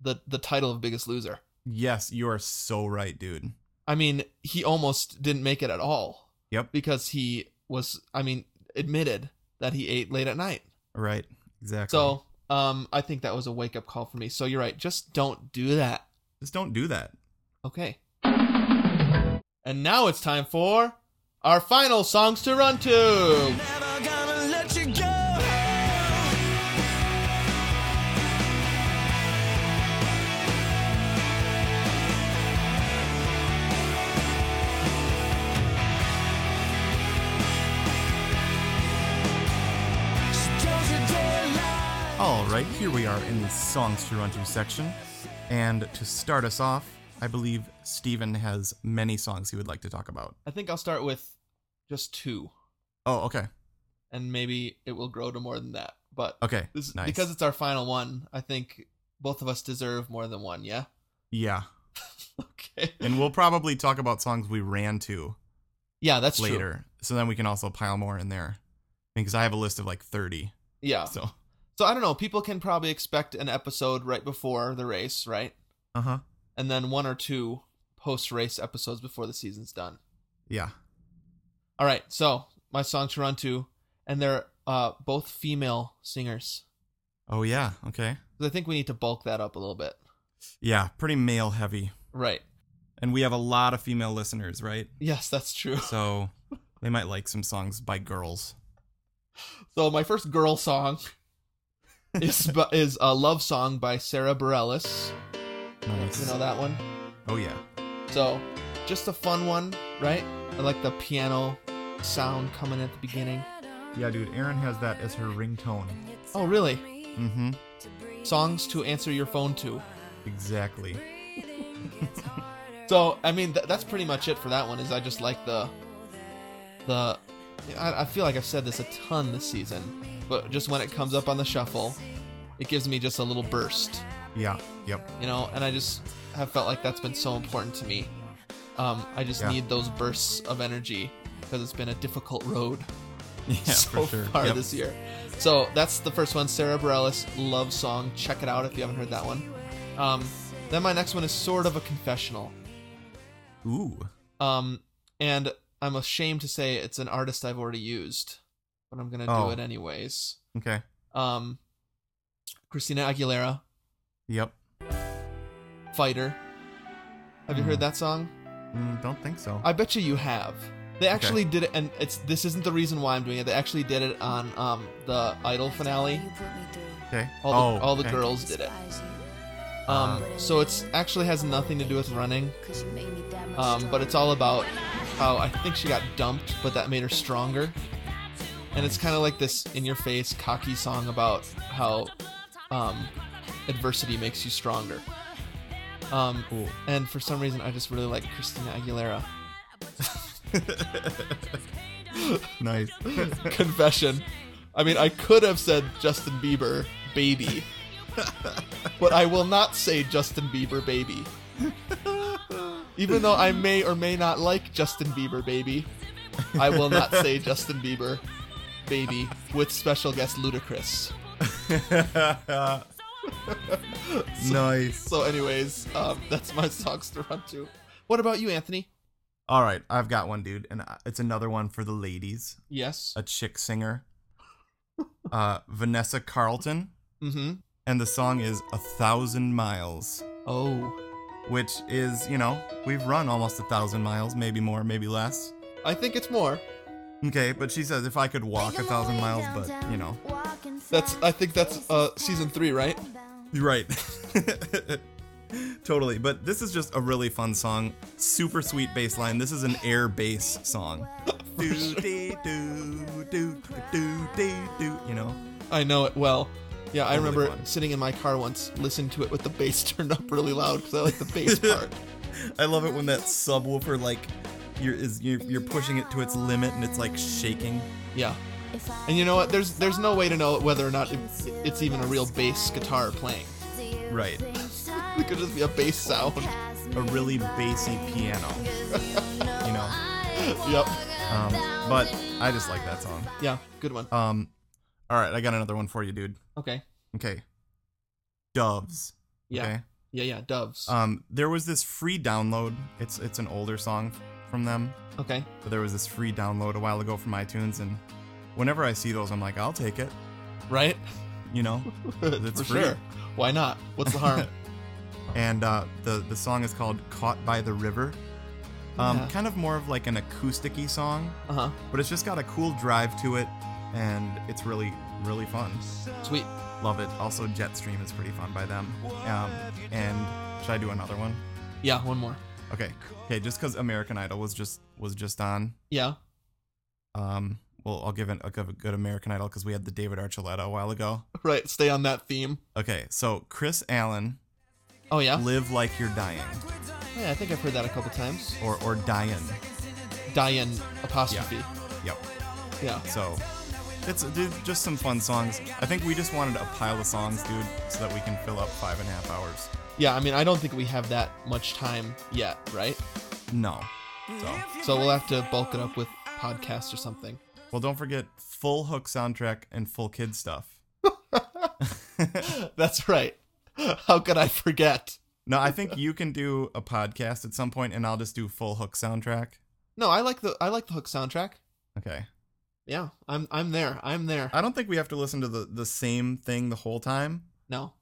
the the title of biggest loser.
Yes, you are so right, dude.
I mean, he almost didn't make it at all
Yep.
because he was, I mean, admitted that he ate late at night.
Right. Exactly.
So, um, I think that was a wake up call for me. So you're right. Just don't do that.
just don't do that.
Okay. And now it's time for our final songs to run to.
Never gonna let you go.
All right, here we are in the songs to run to section. And to start us off, I believe Steven has many songs he would like to talk about.
I think I'll start with just two,
Oh, okay.
and maybe it will grow to more than that. But
Okay.
this,
nice.
because it's our final one, I think both of us deserve more than one. Yeah.
yeah.
Okay.
And we'll probably talk about songs we ran to
Yeah, that's true.
later. So then we can also pile more in there. Because I have a list of like 30.
Yeah.
So,
So I don't know. People can probably expect an episode right before the race, right?
uh
Uh-huh.
huh.
And then one or two post race episodes before the season's done.
Yeah.
All right. So my song to run to, and they're uh, both female singers.
Oh, yeah. Okay.
'Cause I think we need to bulk that up a little bit.
Yeah. Pretty male heavy.
Right.
and we have a lot of female listeners, right?
Yes, that's true.
So they might like some songs by girls.
So my first girl song is bu- is a love song by Sarah Bareilles.
Nice.
You know that one.
Oh yeah.
So just a fun one, right? I like the piano sound coming at the beginning.
Yeah, dude. Erin has that as her ringtone.
Oh, really?
Mm-hmm.
Songs to answer your phone to.
Exactly.
So I mean, th- that's pretty much it for that one. Is I just like the the. I, I feel like I've said this a ton this season, but just when it comes up on the shuffle, it gives me just a little burst,
Yeah. Yep.
you know. And I just have felt like that's been so important to me. Um, I just
Yeah.
need those bursts of energy because it's been a difficult road
Yeah,
so
for sure.
far
Yep.
this year. So that's the first one, Sarah Bareilles, Love Song. Check it out if you haven't heard that one. Um, then my next one is sort of a confessional.
Ooh.
Um, and I'm ashamed to say it's an artist I've already used, but I'm gonna
Oh.
do it anyways.
Okay.
Um, Christina Aguilera,
Yep.
Fighter. Have you heard that song?
Mm, don't think so.
I bet you you have. They actually did it, and it's this isn't the reason why I'm doing it. They actually did it on um the Idol finale.
okay.
All the
oh,
all the
okay.
girls did it. Um, so it's actually has nothing to do with running. Um, but it's all about how I think she got dumped, but that made her stronger. And it's kind of like this in your face, cocky song about how um, adversity makes you stronger. Um,
Cool.
And for some reason, I just really like Christina Aguilera.
Nice.
Confession. I mean, I could have said Justin Bieber, baby. but I will not say Justin Bieber, baby. Even though I may or may not like Justin Bieber, baby, I will not say Justin Bieber, baby, with special guest Ludacris.
nice.
So, anyways, um, that's my songs to run to. What about you, Anthony?
All right, I've got one, dude, and I- it's another one for the ladies.
Yes.
A chick singer, uh, Vanessa Carlton,
Mm-hmm.
and the song is "A Thousand Miles."
Oh,
which is, you know, we've run almost a thousand miles, maybe more, maybe less.
I think it's more.
Okay, but she says if I could walk a thousand miles, but you know,
That's. I think that's uh, season three, right?
you're right. totally. But this is just a really fun song. Super sweet bass line. This is an air bass song. do dee do do do dee do. You know.
I know it well. Yeah, I
Totally
remember
fine.
sitting in my car once, listening to it with the bass turned up really loud because I like the bass part.
I love it when that subwoofer like you're is you're, you're pushing it to its limit and it's like shaking.
Yeah, and you know what? There's there's no way to know whether or not it, it's even a real bass guitar playing.
Right.
It could just be a bass sound.
A really bassy piano. you know.
yep.
Um, but I just like that song.
Yeah, good one.
Um, all right, I got another one for you, dude.
Okay.
Okay, Doves.
Yeah.
Okay.
Yeah, yeah. Doves.
Um, there was this free download. It's it's an older song from them,
okay.
but there was this free download a while ago from iTunes, and whenever I see those, I'm like, I'll take it.
Right.
You know.
For
That's free.
sure. Why not? What's the harm?
And uh, the the song is called "Caught by the River." Um,
Yeah.
kind of more of like an acousticy song,
uh huh.
but it's just got a cool drive to it, and it's really really fun.
Sweet.
Love it. Also, Jetstream is pretty fun by them. Um, and should I do another one?
Yeah. One more.
Okay. Okay. Just because American Idol was just was just on.
Yeah.
Um. Well, I'll give it a, give a good American Idol because we had the David Archuleta a while ago.
Right. Stay on that theme.
Okay. So Chris Allen,
Oh yeah.
"Live Like You're Dying"
Yeah. I think I've heard that a couple times.
or or "Dying."
Diane apostrophe.
Yep.
Yeah.
So it's dude, just some fun songs. I think we just wanted a pile of songs, dude, so that we can fill up five and a half hours.
Yeah, I mean, I don't think we have that much time yet, right?
No. So.
So we'll have to bulk it up with podcasts or something.
Well, don't forget full hook soundtrack and full kid stuff.
That's right. How could I forget?
No, I think you can do a podcast at some point, and I'll just do full hook soundtrack.
No, I like the I like the hook soundtrack.
Okay.
Yeah, I'm I'm there. I'm there.
I don't think we have to listen to the the same thing the whole time.
No.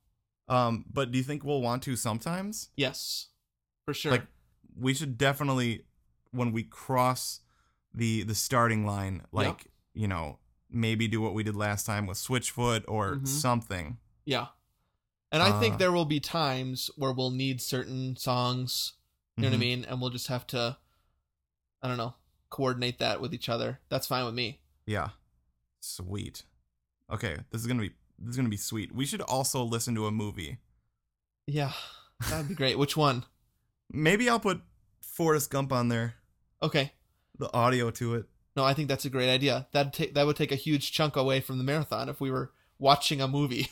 Um, but do you think we'll want to sometimes?
Yes. For sure.
Like we should definitely when we cross the the starting line, like you know, maybe do what we did last time with Switchfoot or
Mhm.
something.
Yeah. And I
Uh.
think there will be times where we'll need certain songs, you
Mm-hmm.
know what I mean? And we'll just have to, I don't know, coordinate that with each other. That's fine with me.
Yeah. Sweet. Okay, this is gonna be this is gonna be sweet. We should also listen to a movie.
Yeah. That'd be great. Which one?
Maybe I'll put Forrest Gump on there.
Okay.
The audio to it.
No, I think that's a great idea. That take that would take a huge chunk away from the marathon if we were watching a movie.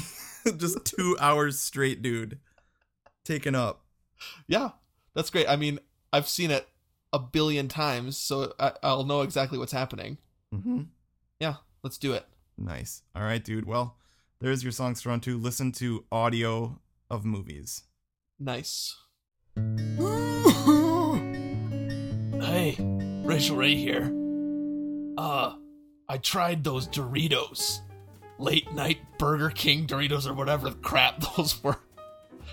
Just two hours straight, dude. Taken up.
yeah. That's great. I mean, I've seen it a billion times, so I, I'll know exactly what's happening.
Mm-hmm.
Yeah, let's do it.
Nice. All right, dude. Well, there's your songs to run to. Listen to audio of movies.
Nice.
Ooh.
Hey, Rachel Ray here. Uh, I tried those Doritos. Late night Burger King Doritos or whatever the crap those were.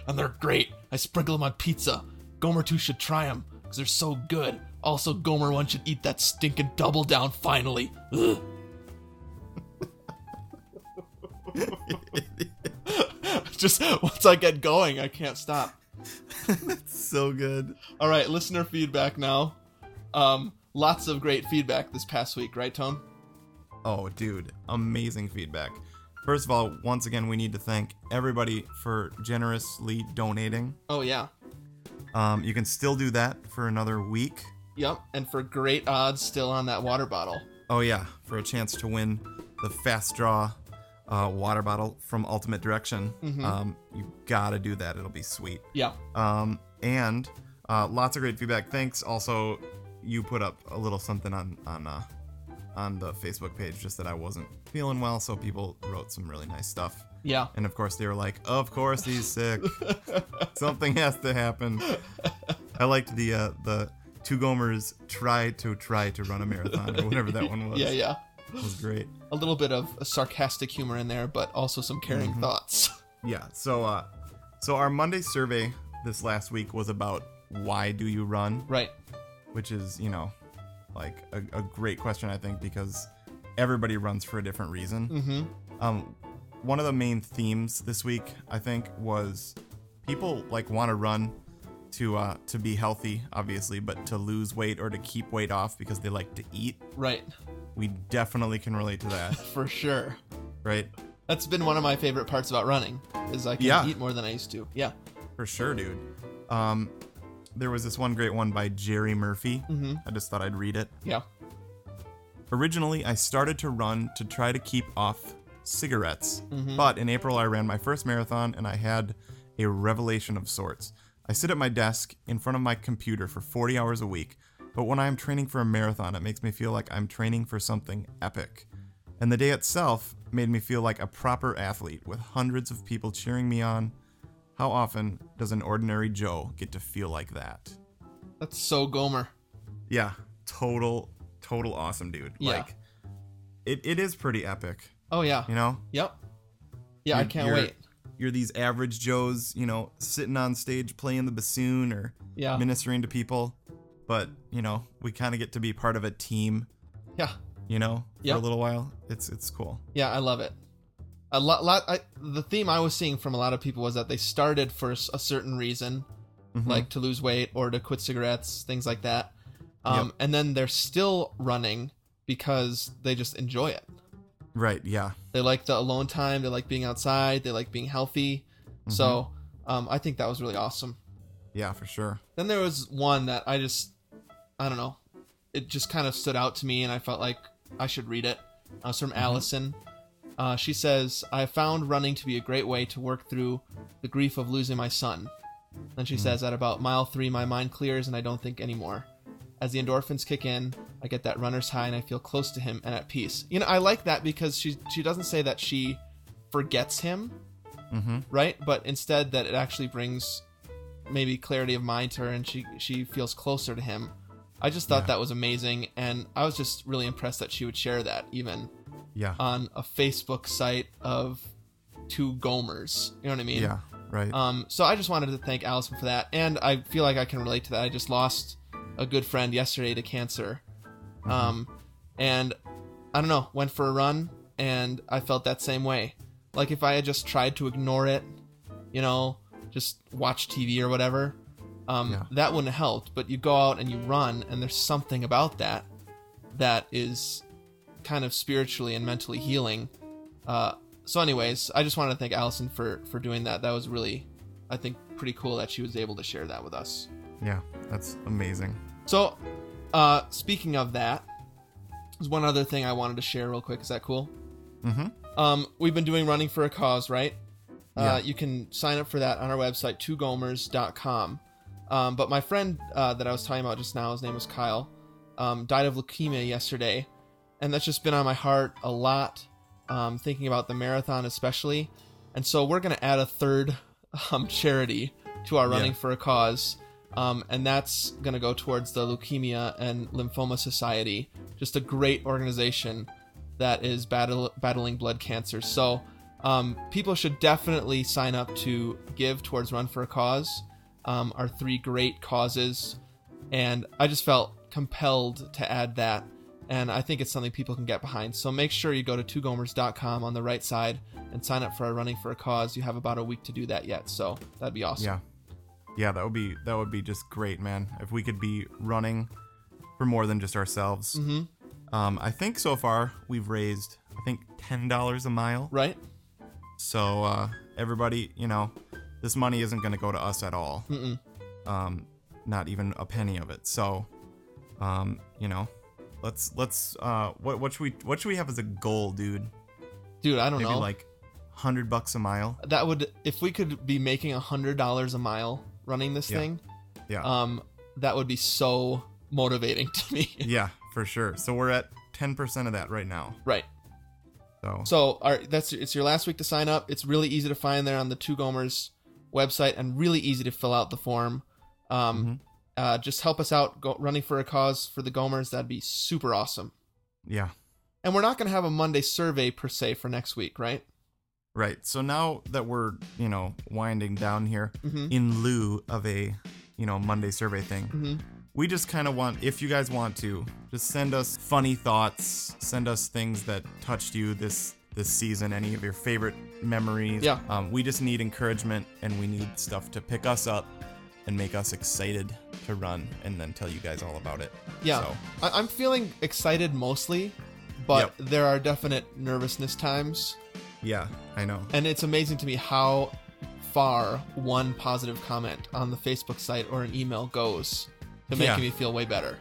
And they're great. I sprinkle them on pizza. Gomer 2 should try them because they're so good. Also, Gomer 1 should eat that stinking double down finally. Ugh. Just once I get going, I can't stop.
so good.
All right, listener feedback now. Um, lots of great feedback this past week, right, Tone?
Oh, dude. Amazing feedback. First of all, once again, we need to thank everybody for generously donating.
Oh yeah,
Um, you can still do that for another week.
yep. And for great odds, still on that water bottle.
Oh, yeah, for a chance to win the Fast Draw uh, water bottle from Ultimate Direction. Um, you gotta do that, it'll be sweet.
Yeah,
Um, and uh, lots of great feedback. Thanks. Also, you put up a little something on on uh, on the Facebook page just that I wasn't feeling well, so people wrote some really nice stuff.
yeah.
And of course, they were like, "Of course, he's sick. Something has to happen." I liked the uh, the two Gomers try to try to run a marathon or whatever that one was.
Yeah, yeah.
It was great.
A little bit of a sarcastic humor in there, but also some caring
Mm-hmm.
thoughts.
Yeah. So uh, so our Monday survey this last week was about why do you run?
right.
which is you know like a, a great question i think because everybody runs for a different reason
Mm-hmm.
um, one of the main themes this week i think was people like want to run to uh, to be healthy obviously but to lose weight or to keep weight off because they like to eat
Right.
we definitely can relate to that
For sure.
right
That's been one of my favorite parts about running is I can
Yeah.
eat more than I used to. Yeah.
for sure dude um, there was this one great one by jerry murphy
Mhm.
i just thought i'd read it
Yeah.
Originally, I started to run to try to keep off cigarettes.
Mhm.
But in April, I ran my first marathon and I had a revelation of sorts. I sit at my desk in front of my computer for 40 hours a week, but when I am training for a marathon, it makes me feel like I'm training for something epic. And the day itself made me feel like a proper athlete with hundreds of people cheering me on. How often does an ordinary Joe get to feel like that?
That's so Gomer.
Yeah, total, total awesome, dude.
Yeah.
Like, it, it is pretty epic,
Oh yeah.
you know?
Yep. Yeah, I
You're-
can't
you're-
wait.
You're these average Joes, you know, sitting on stage playing the bassoon or
Yeah.
ministering to people. But, you know, we kind of get to be part of a team,
Yeah.
you know, for
Yeah.
a little while. It's it's cool.
Yeah, I love it. A lot, lot. I, the theme I was seeing from a lot of people was that they started for s- a certain reason,
Mhm.
like to lose weight or to quit cigarettes, things like that. Um, And then they're still running because they just enjoy it.
Right, yeah.
They like the alone time. They like being outside. They like being healthy. So um, I think that was really awesome.
Yeah, for sure.
Then there was one that I just, I don't know, it just kind of stood out to me, and I felt like I should read it. Uh, it's from Allison. Uh, she says, "I have found running to be a great way to work through the grief of losing my son." Then she says, "At about mile three, my mind clears and I don't think anymore. As the endorphins kick in, I get that runner's high and I feel close to him and at peace." You know, I like that because she she doesn't say that she forgets him, right? But instead, that it actually brings maybe clarity of mind to her and she she feels closer to him i just thought that was amazing and i was just really impressed that she would share that even
Yeah.
on a facebook site of two gomers you know what i mean
yeah. Right.
Um, so I just wanted to thank Allison for that, and I feel like I can relate to that. I just lost a good friend yesterday to cancer, um, and I don't know, went for a run, and I felt that same way. Like if I had just tried to ignore it, you know, just watch TV or whatever, um,
Yeah.
that wouldn't have helped. But you go out and you run, and there's something about that that is kind of spiritually and mentally healing. Uh, so, anyways, I just wanted to thank Allison for for doing that. That was really, I think, pretty cool that she was able to share that with us.
yeah, that's amazing.
So, uh, speaking of that, there's one other thing I wanted to share real quick. Is that cool?
Mhm.
Um, we've been doing running for a cause, right?
Yeah.
Uh, you can sign up for that on our website, twogomers.com. Um, but my friend uh, that I was talking about just now, his name was Kyle, um, died of leukemia yesterday. And that's just been on my heart a lot, um, thinking about the marathon especially. And so we're going to add a third um, charity to our Running
Yeah.
for a Cause. Um, and that's going to go towards the Leukemia and Lymphoma Society, just a great organization that is battle- battling blood cancer. So um, people should definitely sign up to give towards Run for a Cause, um, our three great causes. And I just felt compelled to add that. And I think it's something people can get behind. So make sure you go to twogomers.com on the right side and sign up for our Running for a Cause. You have about a week to do that yet. So that'd be awesome.
Yeah. Yeah, that would be that would be just great, man. If we could be running for more than just ourselves.
Mhm.
Um, I think so far we've raised I think ten dollars a mile.
Right?
So uh, everybody, you know, this money isn't going to go to us at all.
Mm-mm.
Um, not even a penny of it. So, um, you know, let's let's uh, what what should we what should we have as a goal, dude?
Dude, I don't
Maybe
know.
like hundred bucks a mile.
that would if we could be making a hundred dollars a mile running this
Yeah.
thing
Yeah,
um that would be so motivating to me
yeah, for sure. So we're at ten percent of that right now.
right
So,
so all right that's it's your last week to sign up it's really easy to find there on the two gomers website and really easy to fill out the form um
Mm-hmm.
uh, just help us out go, running for a cause for the gomers that'd be super awesome
yeah,
and we're not going to have a monday survey per se for next week right
right. So now that we're you know winding down here,
Mhm.
in lieu of a you know Monday survey thing,
mm-hmm.
we just kind of want if you guys want to just send us funny thoughts send us things that touched you this this season any of your favorite memories
Yeah.
um, we just need encouragement and we need stuff to pick us up and make us excited to run and then tell you guys all about it
Yeah,
so,
I- I'm feeling excited mostly, but there are definite nervousness times,
yeah i know
and it's amazing to me how far one positive comment on the Facebook site or an email goes to making me
Yeah.
feel way better.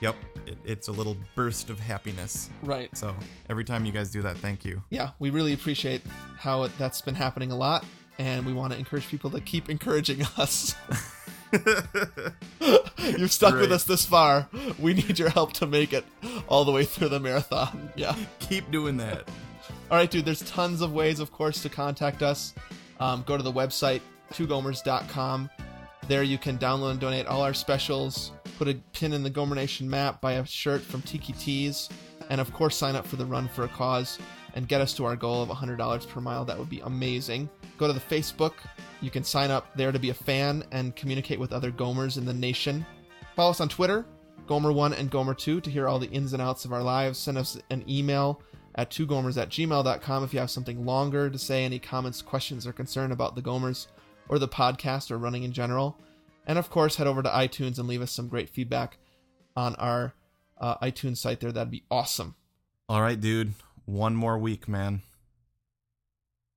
yep it, it's a little burst of happiness
Right.
so every time you guys do that thank you
Yeah, we really appreciate how it, that's been happening a lot, and we want to encourage people to keep encouraging us. You've stuck with
Right.
us this far. We need your help to make it all the way through the marathon. Yeah.
keep doing that
All right, dude, there's tons of ways, of course, to contact us. Um, go to the website, twogomers.com. There you can download and donate all our specials, put a pin in the Gomer Nation map, buy a shirt from Tiki Tees, and of course, sign up for the Run for a Cause and get us to our goal of $100 per mile. That would be amazing. Go to the Facebook. You can sign up there to be a fan and communicate with other Gomers in the nation. Follow us on Twitter, Gomer1 and Gomer2, to hear all the ins and outs of our lives. Send us an email at twogomers at gmail.com if you have something longer to say, any comments, questions, or concern about the Gomers or the podcast or running in general. And of course, head over to iTunes and leave us some great feedback on our uh, iTunes site there. That'd be awesome.
all right dude one more week man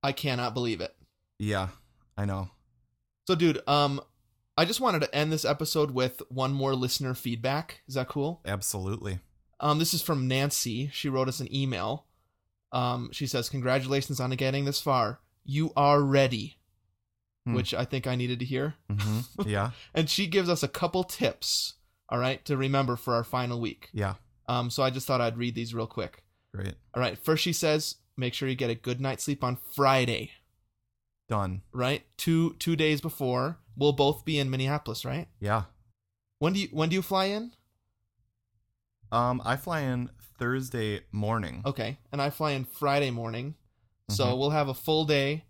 I cannot believe it.
yeah i know
So, dude, um, I just wanted to end this episode with one more listener feedback. Is that cool?
absolutely
Um, this is from Nancy. She wrote us an email. Um, she says, "Congratulations on getting this far. You are ready,"
Hmm.
which I think I needed to hear.
Mm-hmm. Yeah,
And she gives us a couple tips. All right, to remember for our final week.
yeah,
Um, so I just thought I'd read these real quick.
great,
All right, first she says, make sure you get a good night's sleep on Friday.
done.
Right, two two days before we'll both be in Minneapolis. Right?
Yeah.
When do you when do you fly in?
Um, I fly in Thursday morning.
Okay, and I fly in Friday morning, so we'll have a full day,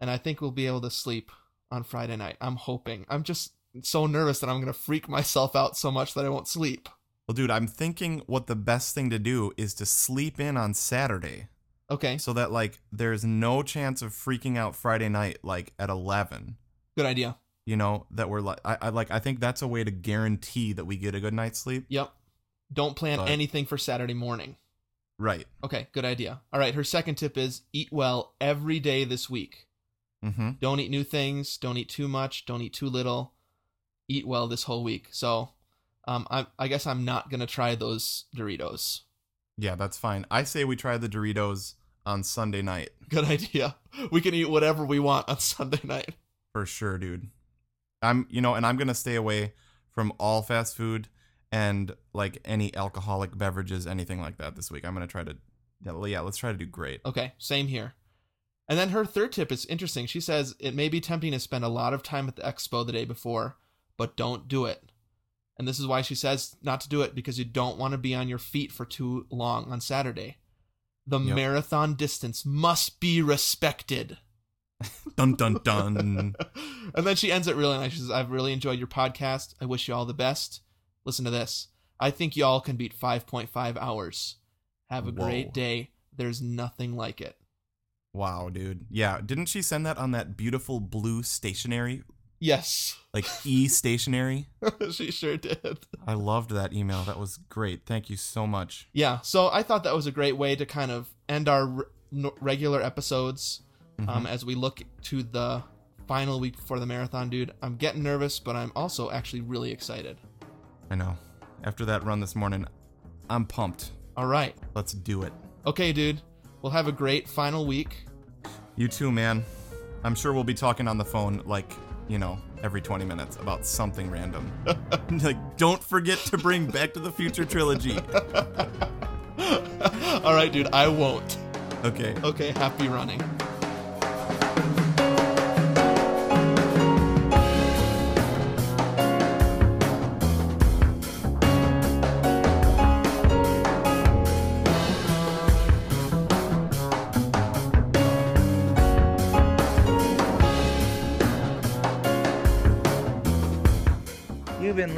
and I think we'll be able to sleep on Friday night. I'm hoping. I'm just so nervous that I'm going to freak myself out so much that I won't sleep.
Well, dude, I'm thinking what the best thing to do is to sleep in on Saturday
Okay,
so that, like, there's no chance of freaking out Friday night, like, at 11.
good idea.
You know, that we're like, I, I like, I think that's a way to guarantee that we get a good night's sleep.
Yep. Don't plan
But-
anything for Saturday morning.
Right.
Okay, good idea. All right, her second tip is eat well every day this week.
Mm-hmm.
Don't eat new things. Don't eat too much. Don't eat too little. Eat well this whole week. So, um, I, I guess I'm not gonna try those Doritos.
Yeah, that's fine. I say we try the Doritos on Sunday night
Good idea. We can eat whatever we want on Sunday night.
for sure, dude. I'm, you know, and I'm gonna stay away from all fast food and like any alcoholic beverages, anything like that this week. I'm gonna try to, yeah, well, yeah, let's try to do great.
Okay, same here. And then her third tip is interesting. She says it may be tempting to spend a lot of time at the expo the day before, but don't do it. And this is why she says not to do it because you don't want to be on your feet for too long on Saturday. The
Yep.
marathon distance must be respected.
Dun dun dun.
and then she ends it really nice. She says, I've really enjoyed your podcast. I wish you all the best. Listen to this. I think y'all can beat 5.5 hours. Have a
Whoa.
great day. There's nothing like it.
wow, dude. Yeah, didn't she send that on that beautiful blue stationery,
Yes,
like e stationery?
she sure did.
I loved that email. That was great. Thank you so much.
Yeah, so I thought that was a great way to kind of end our re- n- regular episodes um, as we look to the final week before the marathon, dude. I'm getting nervous, but I'm also actually really excited.
I know. After that run this morning, I'm pumped.
All right.
Let's do it.
Okay, dude. We'll have a great final week.
You too, man. I'm sure we'll be talking on the phone like, you know, every 20 minutes about something random. like, don't forget to bring Back to the Future trilogy.
All right, dude. I won't.
Okay.
Okay, happy running.
You've been